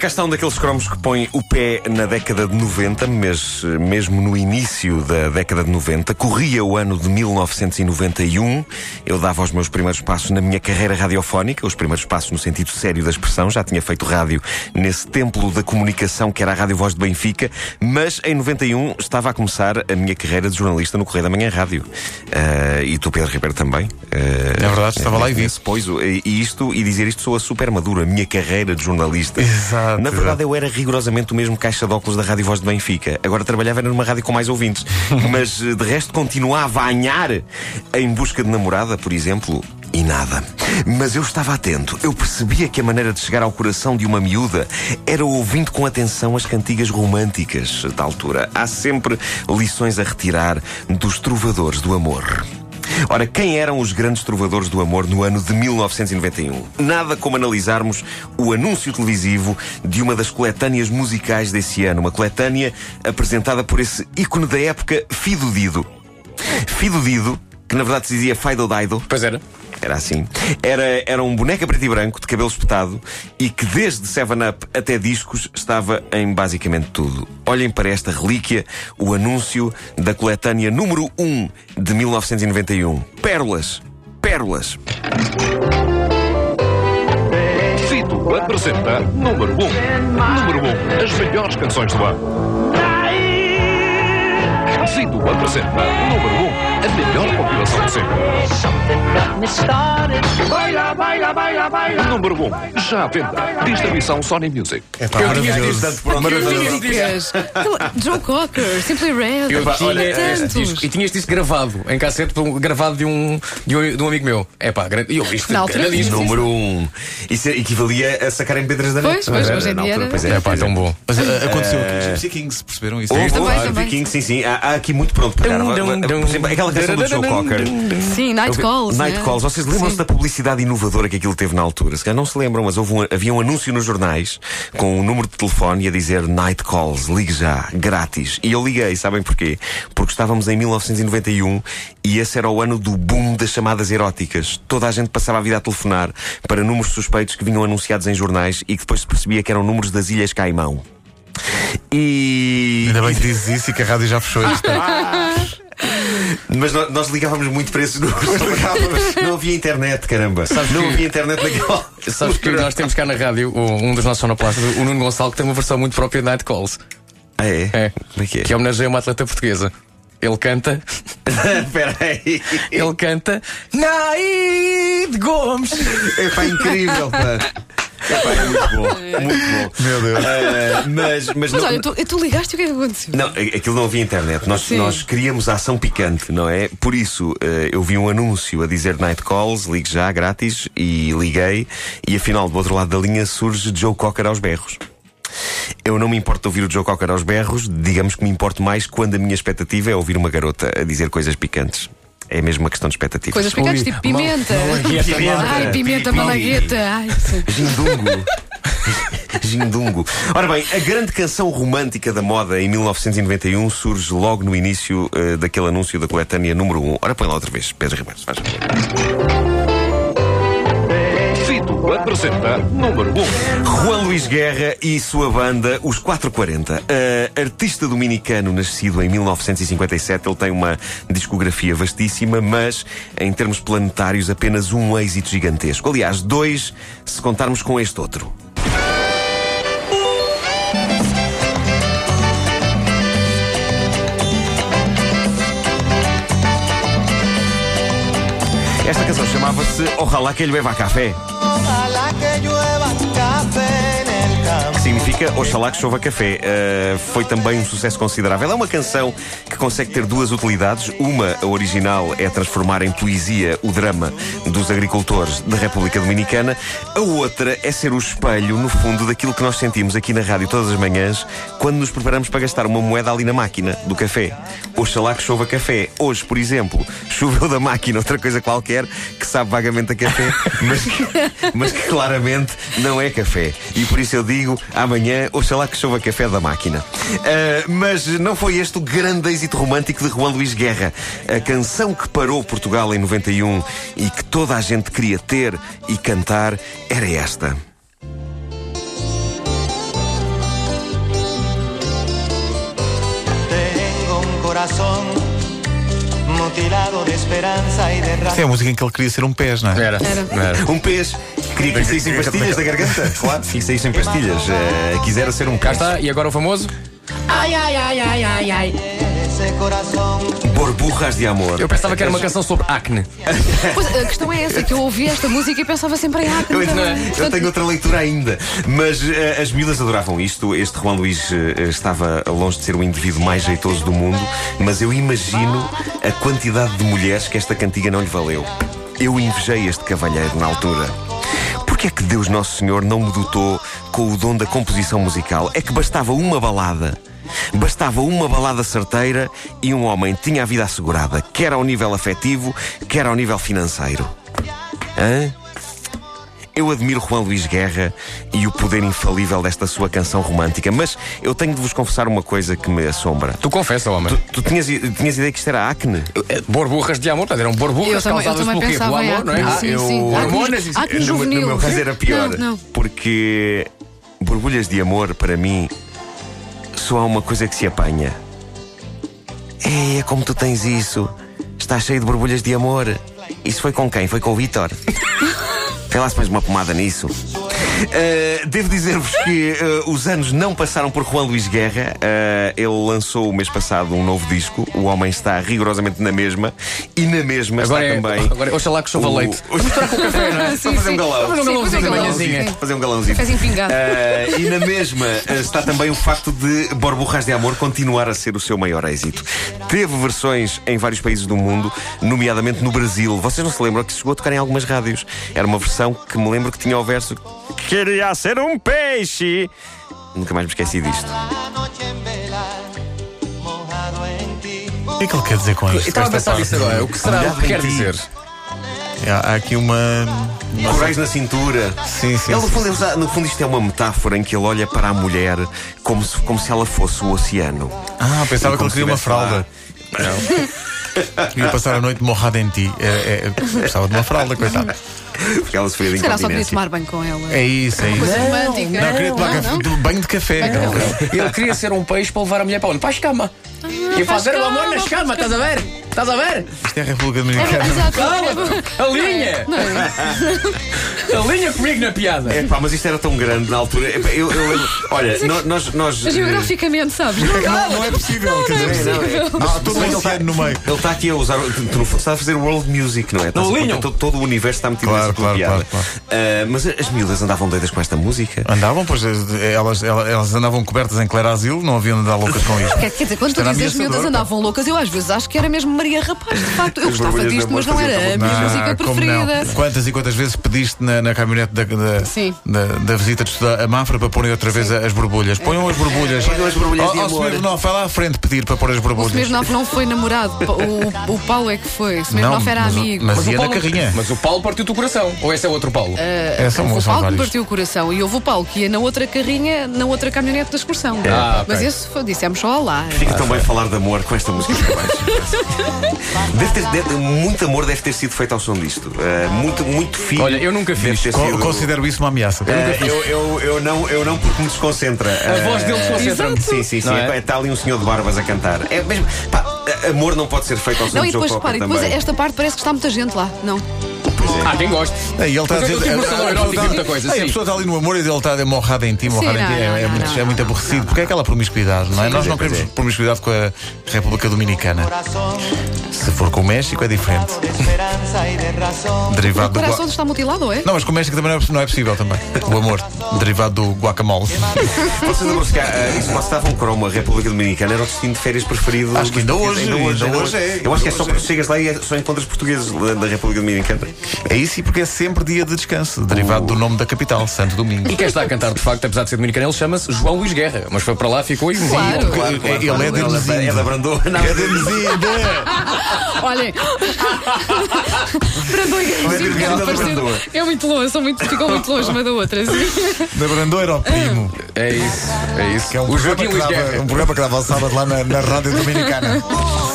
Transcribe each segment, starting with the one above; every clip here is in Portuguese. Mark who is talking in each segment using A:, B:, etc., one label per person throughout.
A: cá está um daqueles cromos que põe o pé na década de 90, mas eh, mesmo no início da década de 90, corria o ano de 1991. Eu dava os meus primeiros passos na minha carreira radiofónica, os primeiros passos no sentido sério da expressão. Já tinha feito rádio nesse templo da comunicação que era a Rádio Voz de Benfica, mas em 91 estava a começar a minha carreira de jornalista no Correio da Manhã Rádio. Ah, e tu, Pedro Ribeiro, também. Ah,
B: É verdade, estava lá e vi.
A: nesse Pois, e e isto, e dizer isto soa super maduro, a minha carreira de jornalista.
B: Exato,
A: Na verdade,
B: exato.
A: eu era rigorosamente o mesmo caixa de óculos da Rádio Voz de Benfica. Agora trabalhava numa rádio com mais ouvintes. Mas eh, de resto continuava a anhar em busca de namorada, por exemplo, e nada. Mas eu estava atento. Eu percebia que a maneira de chegar ao coração de uma miúda era ouvindo com atenção as cantigas românticas da altura. Há sempre lições a retirar dos trovadores do amor. Ora, quem eram os grandes trovadores do amor no ano de 1991? Nada como analisarmos o anúncio televisivo de uma das coletâneas musicais desse ano, uma coletânea apresentada por esse ícone da época, Fido Dido. Fido Dido, que na verdade se dizia Fido Dido,
C: Pois era.
A: era assim. Era, era um boneca preto e branco, de cabelo espetado, e que desde 7-Up até discos estava em basicamente tudo. Olhem para esta relíquia, o anúncio da coletânea número 1 de 1991. Pérolas! Pérolas!
D: Fito apresenta número 1. Número 1. As melhores canções do ano. Fito apresenta número 1. A melhor compilação de sempre.
E: Something got me started.
D: Número 1. Já à venda. Distribuição Sony Music.
B: É pá,
C: Eu tinha
B: maravilhoso.
A: Portanto, pronto,
C: Eu tinha este
F: Músicas. Então, Tu- Joe Cocker, Simply Red.
C: Eu
F: Epá,
C: tinha
F: olha,
C: este
F: tantos.
C: disco, e tinha este disco gravado em cassete, por um- gravado de um, de um, de um amigo meu. É pá, grande. E eu vi isto.
F: Na altura,
C: grande disco.
F: sim,
A: Número 1. Isso é equivalia a sacar em pedras da
F: Pois, pois, hoje em dia era-
C: É pá, tão bom.
B: Mas a- aconteceu aqui. Os eh, Gypsy Kings perceberam isso?
A: Houve,
F: Também,
A: houve,
F: também.
A: Viking, oh, sim, sim. Há, há aqui muito pronto para
C: Dum, dum,
A: Por exemplo,
C: dum.
A: aquela canção do Joe Cocker.
F: Sim, Night Calls.
A: Night
F: né?
A: Calls. Vocês lembram-se
F: Sim.
A: da publicidade inovadora que aquilo teve na altura? Se calhar não se lembram, mas houve um- havia um anúncio nos jornais com um número de telefone e a dizer Night Calls, ligue já, grátis. E eu liguei, sabem porquê? Porque estávamos em 1991 e esse era o ano do boom das chamadas eróticas. Toda a gente passava a vida a telefonar para números suspeitos que vinham anunciados em jornais e que depois se percebia que eram números das Ilhas Caimão. E.
B: Ainda bem que dizes isso e que a rádio já fechou isto.
A: Mas nó- nós, ligávamos muito para esses números. Ligávamos. não havia internet, caramba. não
C: que-
A: havia internet naquela.
C: Sabes que nós temos cá na rádio o- um dos nossos sonoplastas, o Nuno Gonçalo, que tem uma versão muito própria de Night Calls.
A: Ah, é?
C: É.
A: Como é que é?
C: Que homenageia uma atleta portuguesa. Ele canta,
A: Espera aí.
C: ele canta Naid Gomes.
A: É pá, incrível, pá. É pá, é muito bom. Muito bom.
B: Meu Deus.
A: Ah, mas, mas,
F: Mas
A: não.
F: olha, tu, tu ligaste e o que é que aconteceu?
A: Não, a- aquilo não havia internet. Nós,
F: Sim.
A: nós queríamos ação picante, não é? Por isso, eh, eu vi um anúncio a dizer Night Calls, ligue já, grátis, e liguei. E afinal, do outro lado da linha surge Joe Cocker aos berros. Eu não me importo de ouvir o Joe Cocker aos berros, digamos que me importo mais quando a minha expectativa é ouvir uma garota a dizer coisas picantes. É mesmo uma questão de expectativa.
F: Coisas picantes tipo
C: mal-
F: pimenta.
C: malagueta,
F: Ai, pimenta, malagueta. Ai, sim.
A: Gindungo. Gindungo. Ora bem, a grande canção romântica da moda em 1991 surge logo no início eh, daquele anúncio da coletânea número 1. Ora, põe lá outra vez, Pedro Ribeiro. se faz favor.
D: Fito apresenta número 1.
A: Juan Luís Guerra e sua banda, os 440. Eh, artista dominicano nascido em 1957, ele tem uma discografia vastíssima, mas em termos planetários, apenas um êxito gigantesco. Aliás, dois, se contarmos com este outro. Esta canção chamava-se Ojalá que ele beba café.
G: Ojalá que llueva café en el campo.
A: que significa Oxalá que chova café. Uh, foi também um sucesso considerável. É uma canção que consegue ter duas utilidades. Uma, a original, é transformar em poesia o drama dos agricultores da República Dominicana. A outra é ser o espelho, no fundo, daquilo que nós sentimos aqui na rádio todas as manhãs quando nos preparamos para gastar uma moeda ali na máquina do café. Oxalá que chova café. Hoje, por exemplo, choveu da máquina outra coisa qualquer que sabe vagamente a café, mas que, mas que claramente não é café. E por isso eu digo, amanhã, oxalá que chova café da máquina. Ah, mas não foi este o grande êxito romântico de Juan Luís Guerra. A canção que parou Portugal em 91 e que toda a gente queria ter e cantar era esta.
G: corazón mutilado de esperanza y de
B: Esta é a
G: rabia.
B: música em que ele queria ser um pés, não é?
C: Era.
F: Era.
C: Era.
A: Um pez. Queria que lhe saíssem pastilhas da garganta. Claro, que lhe saíssem pastilhas. Eh, quisera ser um
C: Cá
A: pez.
C: está, e agora o famoso?
F: Ai, ai, ai, ai, ai, ai.
G: Ese corazón
A: Borburras de amor.
C: Eu pensava que era uma canção sobre acne.
F: Pois, a questão é essa, que eu ouvi esta música e pensava sempre em
A: Eu,
F: Acre.
A: ainda-
F: também.
A: eu
F: Portanto,
A: tenho outra leitura ainda. Mas eh, as miúdas adoravam isto. Este Juan Luís eh, estava longe de ser o indivíduo mais jeitoso do mundo, mas eu imagino a quantidade de mulheres que esta cantiga não lhe valeu. Eu invejei este cavalheiro na altura. Porquê é que Deus Nosso Senhor não me dotou com o dom da composição musical? É que bastava uma balada. Bastava uma balada certeira e um homem tinha a vida assegurada, quer ao nível afetivo, quer ao nível financeiro. Hã? Eu admiro Juan Luís Guerra e o poder infalível desta sua canção romântica, mas eu tenho de vos confessar uma coisa que me assombra.
C: Tu confessa, homem.
A: Tu, tu tinhas, i- tinhas ideia que isto era acne?
C: Eh, Borburras de amor, portanto, eram
F: Eu
C: borburras
F: também, eu
C: causadas
F: também
C: pelo quê? Pelo
F: pensava em
C: amor, não é?
F: acne, sim,
C: eu...
F: sim.
C: Hormonas
F: Acne,
C: e...
F: acne
A: É no, meu-
F: um juvenil.
A: no meu caso era pior.
F: Não, não.
A: Porque borbulhas de amor, para mim, só há uma coisa que se apanha. É como tu tens isso. Estás cheio de borbulhas de amor. Isso foi com quem? Foi com o Vitor. Vê lá se pões uma pomada nisso. Uh, devo dizer-vos que uh, os anos não passaram por Juan Luís Guerra. Uh, ele lançou o mês passado um novo disco. O homem está rigorosamente na mesma. E na mesma
C: Agora é,
A: está também.
C: agora é, oxalá que chova
A: O-
C: leite.
A: o- Só
F: é? Sim,
A: fazer um
F: sim.
A: galão.
C: galãozinho
F: Sim, fazer um
C: de
F: galãozinho,
C: manhãzinha.
F: sim.
A: Fazer um galãozinho.
F: Cafézinho pingado.
A: Ah, e na mesma ah, está também o facto de Borburras de Amor continuar a ser o seu maior êxito. Teve versões em vários países do mundo, nomeadamente no Brasil. Vocês não se lembram que chegou a tocar em algumas rádios. Era uma versão que me lembro que tinha o verso Queria ser um peixe. Nunca mais me esqueci disto.
G: La noche en vela, mojado en ti.
B: O que é que ele quer dizer com
C: Eu
B: isto?
C: estava a
B: Esta
C: pensar nisso
B: parte? Ah, É,
C: agora. O que será? O
A: Olhado
C: que
A: em
C: quer
A: ti.
C: dizer?
B: Há há aqui uma.
A: Corais na cintura.
B: Sim, sim.
A: Ele, no
B: sim.
A: fundo, ele usa- no fundo, isto é uma metáfora em que ele olha para a mulher como se, como se ela fosse o oceano.
B: Ah, pensava
A: E
B: que
A: como
B: ele
A: se
B: queria uma
A: estivesse lá.
B: fralda. Queria passar a noite morrada em ti. É, é, precisava de uma fralda, coitada.
A: Porque ela sofria de
F: Se calhar só queria
A: incontinência.
F: tomar banho com ela.
B: É isso, é isso.
F: Coisa romântica.
B: Não, queria tomar
F: não,
B: café- de- banho de café.
C: Ele queria ser um peixe para levar a mulher para onde? Para a escama.
F: Ah,
C: E fazer o amor na escama, estás a ver? Estás a ver?
B: Isto é a República
F: não.
B: Dominicana.
F: Exato.
C: A linha!
F: Não é?
C: A linha comigo na piada!
A: É pá, mas isto era tão grande na altura. Epá, eu, eu lembro. Olha, no- nós. nós
F: Mas Geograficamente, sabes? Não,
B: Não, não é possível. Quer dizer,
A: não, é-
B: há todo um oceano no meio.
A: eh, Ele está aqui a usar. Tu, tu, no fundo, estás a fazer world music, não é? Estás a
C: Linho.
A: todo, todo o universo está metido
B: Claro,
A: nessa tua
B: claro,
A: piada.
B: claro,
A: Ah, mas as miúdas andavam doidas com esta música.
B: Andavam, pois eh, elas, elas, elas andavam cobertas em clerazil, não haviam de andar loucas com isto.
F: É, Quer, quer dizer, quando tu
B: Era
F: dizes as
B: ameaçador,
F: miúdas
B: pá.
F: andavam loucas, eu às vezes acho que era mesmo Maria Rapaz, de facto. Eu
A: As
F: gostava
A: borbulhas
F: disto,
A: não
F: mas não
A: podes fazer
F: era É a
A: tão
F: minha música
B: Ah, como
F: preferida.
B: não? Quantas e quantas vezes pediste na, na caminhonete da, da,
F: Sim.
B: da, da visita de estudar a Mafra para porem outra vez a- as borbulhas? Ponham as borbulhas. Oh,
A: Ponham as borbulhas
B: Ó-
A: de
B: ó,
A: amor.
B: Smirnoff, vai lá à frente pedir para pôr as
F: O
B: borbulhas.
F: Smirnoff não foi namorado, pa- o, o Paulo é que foi. O Smirnoff era
B: mas, o-
F: amigo.
B: Mas,
C: Mas o
B: ia na
C: Paulo-
B: carrinha.
C: Mas o Paulo partiu-te o coração. Ou esse é outro Paulo?
B: é, são, são
F: o Paulo que me
B: vários.
F: partiu o coração e houve o Paulo que ia na outra carrinha, na outra caminhonete da excursão.
B: É.
C: Ah, ok.
F: Mas esse foi, dissemos só olá.
A: Fica tão bem falar de amor com esta música para baixo. Deve ter- deve- muito amor deve ter sido feito ao som disto. Ah, muito, muito fino.
C: Olha, eu nunca
A: deve
C: fiz.
A: ter
B: Co-
A: sido-
B: Considero isso uma ameaça.
A: Ah, eu, eu, eu não, eu não porque me desconcentra. É,
C: A voz dele
F: Exato.
C: concentra-me.
A: Sim, sim, sim.
C: Não é?
A: Epá, Está ali um senhor de barbas a cantar. É mesmo. pá, amor não pode ser feito ao som
F: Não,
A: de
F: e depois,
A: Joe Cocker
F: repara, e depois
A: também.
F: esta parte parece que está muita gente lá. Não.
C: Ah, quem gosta.
B: É, e ele está a
C: Mas eu
B: dizer.
C: tive
B: a-
C: um salão
B: a- a-
C: erótico e
B: a-
C: muita coisa,
B: a- a
C: sim.
B: pessoa está ali no amor e ele tá está morrada em ti, morrada em ti.
F: não,
B: É, é
F: não,
B: muito,
F: não,
B: é muito
F: não,
B: aborrecido. Porque é aquela promiscuidade, não é? Nós não queremos promiscuidade com a República Dominicana.
G: Corazón
B: Se for com o México, é diferente.
G: de esperanza y de razón.
F: O
B: Derivado do.
F: coração
B: gua-
F: está mutilado, ou é?
B: Não, mas com o México também não é, não é possível também. O amor. Derivado do guacamole.
A: Vocês lembram-se que ah, isso quase estava um cromo. A República Dominicana era o destino de férias preferido.
B: Acho que ainda
A: dos
B: hoje,
A: portugueses.
B: ainda hoje é,
A: Eu acho que é
B: ainda
A: só
B: hoje
A: porque chegas lá e é- só encontras portugueses da, da República Dominicana.
B: É isso e porque é sempre dia de descanso. Derivado do nome da capital, Santo Domingo.
C: E quem está a cantar, de facto, apesar de ser dominicano, ele chama-se João Luís Guerra. Mas foi para lá, ficou um e
F: Claro.
B: Claro, claro, claro. Ele é de Luzindo.
A: É da Brandona.
B: É de Lusíada.
F: Olhem. Brandão e Guerreiro,
A: Brandão e
F: quero
A: Brandão.
F: parecer. É muito longe, são muito, ficam muito longe uma da outra. sim.
B: Da Brandoira ao Primo.
C: É isso, é isso.
B: Que é um
C: o
B: programa
C: Joaquim
B: que
C: Luís
B: dava,
C: Guerra.
B: um programa que dava ao sábado lá na, na Rádio Dominicana.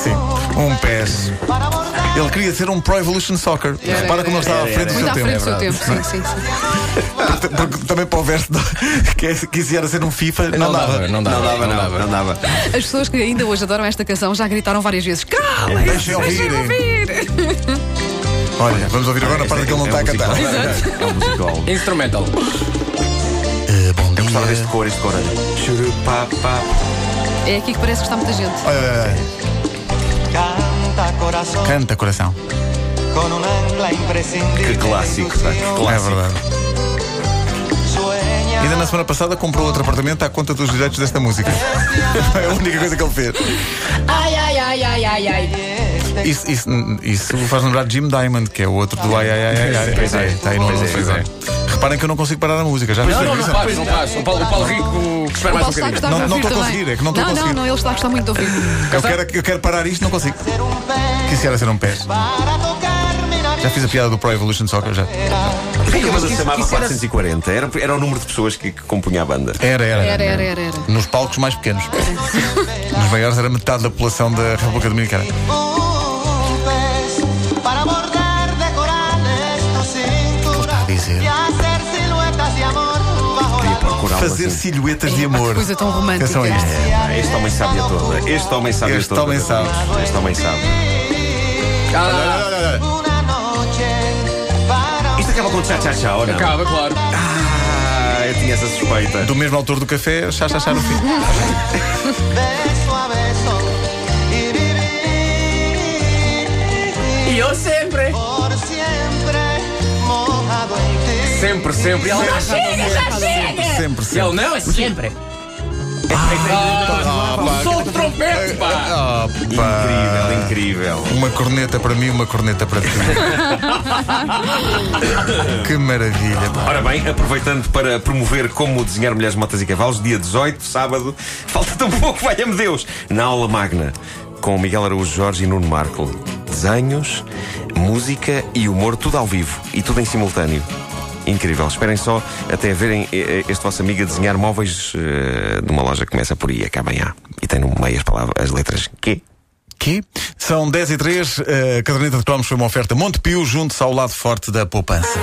B: Sim. Um pés.
G: Para abordar
B: Ele queria ser um Pro Evolution Soccer.
F: Era,
B: Repara como ele
F: era,
B: estava à frente do
F: Muito
B: seu
F: à frente do seu
B: tempo.
F: tempo, é sim, sim. sim.
B: Porque, porque também para o verso que quisera ser um FIFA, não,
C: Não
B: dava.
C: dava, não dava.
A: Não dava, não, não dava.
F: As pessoas que ainda hoje adoram esta canção já gritaram várias vezes: Calem!
B: Deixem
F: Deixem
B: ouvir.
F: ouvir!
B: Olha, vamos ouvir
C: Ah,
B: agora na
C: é
B: parte que ele não está a cantar.
A: um É um musical.
C: Instrumental.
B: Eh, Bom dia.
A: Gostava deste cor, este cor, olha. Churupapá.
F: É aqui que parece que está muita gente.
B: Olha, olha, olha.
G: Canta corazón
B: Eh, Canta, coração. É
G: con un ancla imprescindible.
A: Que clássico, pá, que
G: ilusión.
A: clássico.
B: É verdade.
G: Sueña
B: Ainda na semana passada comprou outro apartamento à conta dos direitos desta música. Foi a única coisa que ele fez.
F: Ai, ai, ai, ai, ai, ai.
B: Isso, isso, isso faz lembrar Jim Diamond, que é o outro do ai ai ai ai. ai.
A: Pois é,
B: Está aí no
A: pois é,
B: pois é. Reparem que eu não consigo parar a música. Já
C: Não,
B: percebi
C: não, não
B: isso?
C: passo, não passo. O Paulo, o Paulo Rico que espera
F: O
C: mais um
F: Paulo está a
C: bocadinho.
F: gostar
B: Não-
F: de
B: não
F: ouvir
B: estou a
F: também.
B: conseguir, é que não estou a
F: não, não,
B: conseguir.
F: não, ele está a gostar muito de ouvir.
B: Eu quero, eu quero parar isto, não consigo. Quisera ser um pé.
G: para tocar mi nariz.
B: Já fiz a piada do Pro Evolution Soccer, já.
A: Porquê que a banda se chamava
C: Quisera-
A: 440? Era, era o número de pessoas que, que compunha a banda.
B: Era, era.
F: Era, era, era. era.
B: Nos palcos mais pequenos. Nos maiores era metade da população da República Dominicana.
G: Un pez para bordar, decorales tu cintura.
B: dice?
G: Y hacer siluetas de amor bajo la
A: Queria pôr coral
B: Fazer
A: assim.
B: silhuetas de amor.
F: coisa tão romântica.
B: Atenção a isto.
A: Ah, Este homem sabe a toda. Este homem sabe
B: Este
A: a toda.
B: homem sabe.
A: Este homem sabe.
C: Ah,
G: luz. Una noche para un
A: Isto acaba com tchá-tchá-tchá, ou não?
C: acaba, claro.
A: Ah, eu tinha essa suspeita.
B: Do mesmo autor do café, chá, chá, chá no fim.
G: beso a beso. Y vivir
C: E eu sempre.
G: por siempre mojado en ti.
C: Sempre, sempre. E ela, "Ah, chega, já chega!
B: Sempre,
C: E ele,
B: sempre.
C: não, é sempre. Ah, Sou de trompete, pá!
B: Ah, pá.
A: Incrível, incrível.
B: Uma corneta para mim, uma corneta para ti. que maravilha. pá.
A: Ora bem, aproveitando para promover como desenhar mulheres, motas e cavalos, dia 18, sábado, falta tão pouco, valha-me Deus, na aula magna, com Miguel Araújo Jorge e Nuno Marco. Desenhos, música e humor, tudo ao vivo e tudo em simultâneo. Incrível. Esperem só até verem eh, eh, este vosso amigo a desenhar móveis eh, numa loja que começa por I, acaba em A. E tem no meio as palavras, as letras Q.
B: Que? eh, São 10 e 3. A caderneta de cromos foi uma oferta Montepio, junto ao lado forte da poupança.